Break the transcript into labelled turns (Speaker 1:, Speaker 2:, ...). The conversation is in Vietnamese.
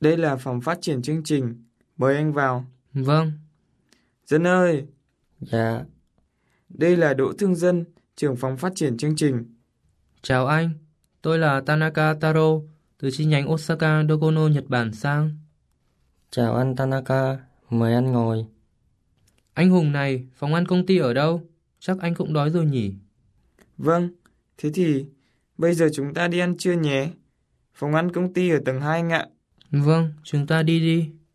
Speaker 1: Đây là phòng phát triển chương trình. Mời anh vào.
Speaker 2: Vâng,
Speaker 1: Dân ơi,
Speaker 2: dạ,
Speaker 1: đây là Đỗ Thương Dân, trưởng phòng phát triển chương trình.
Speaker 2: chào anh. Tôi là Tanaka Taro, từ chi nhánh Osaka Dokono Nhật Bản sang.
Speaker 3: Chào anh Tanaka, mời anh ngồi.
Speaker 2: Anh Hùng này, phòng ăn công ty ở đâu? Chắc anh cũng đói rồi nhỉ?
Speaker 1: Vâng, thế thì bây giờ chúng ta đi ăn trưa nhé. Phòng ăn công ty ở tầng 2 anh ạ.
Speaker 2: Vâng, chúng ta đi đi.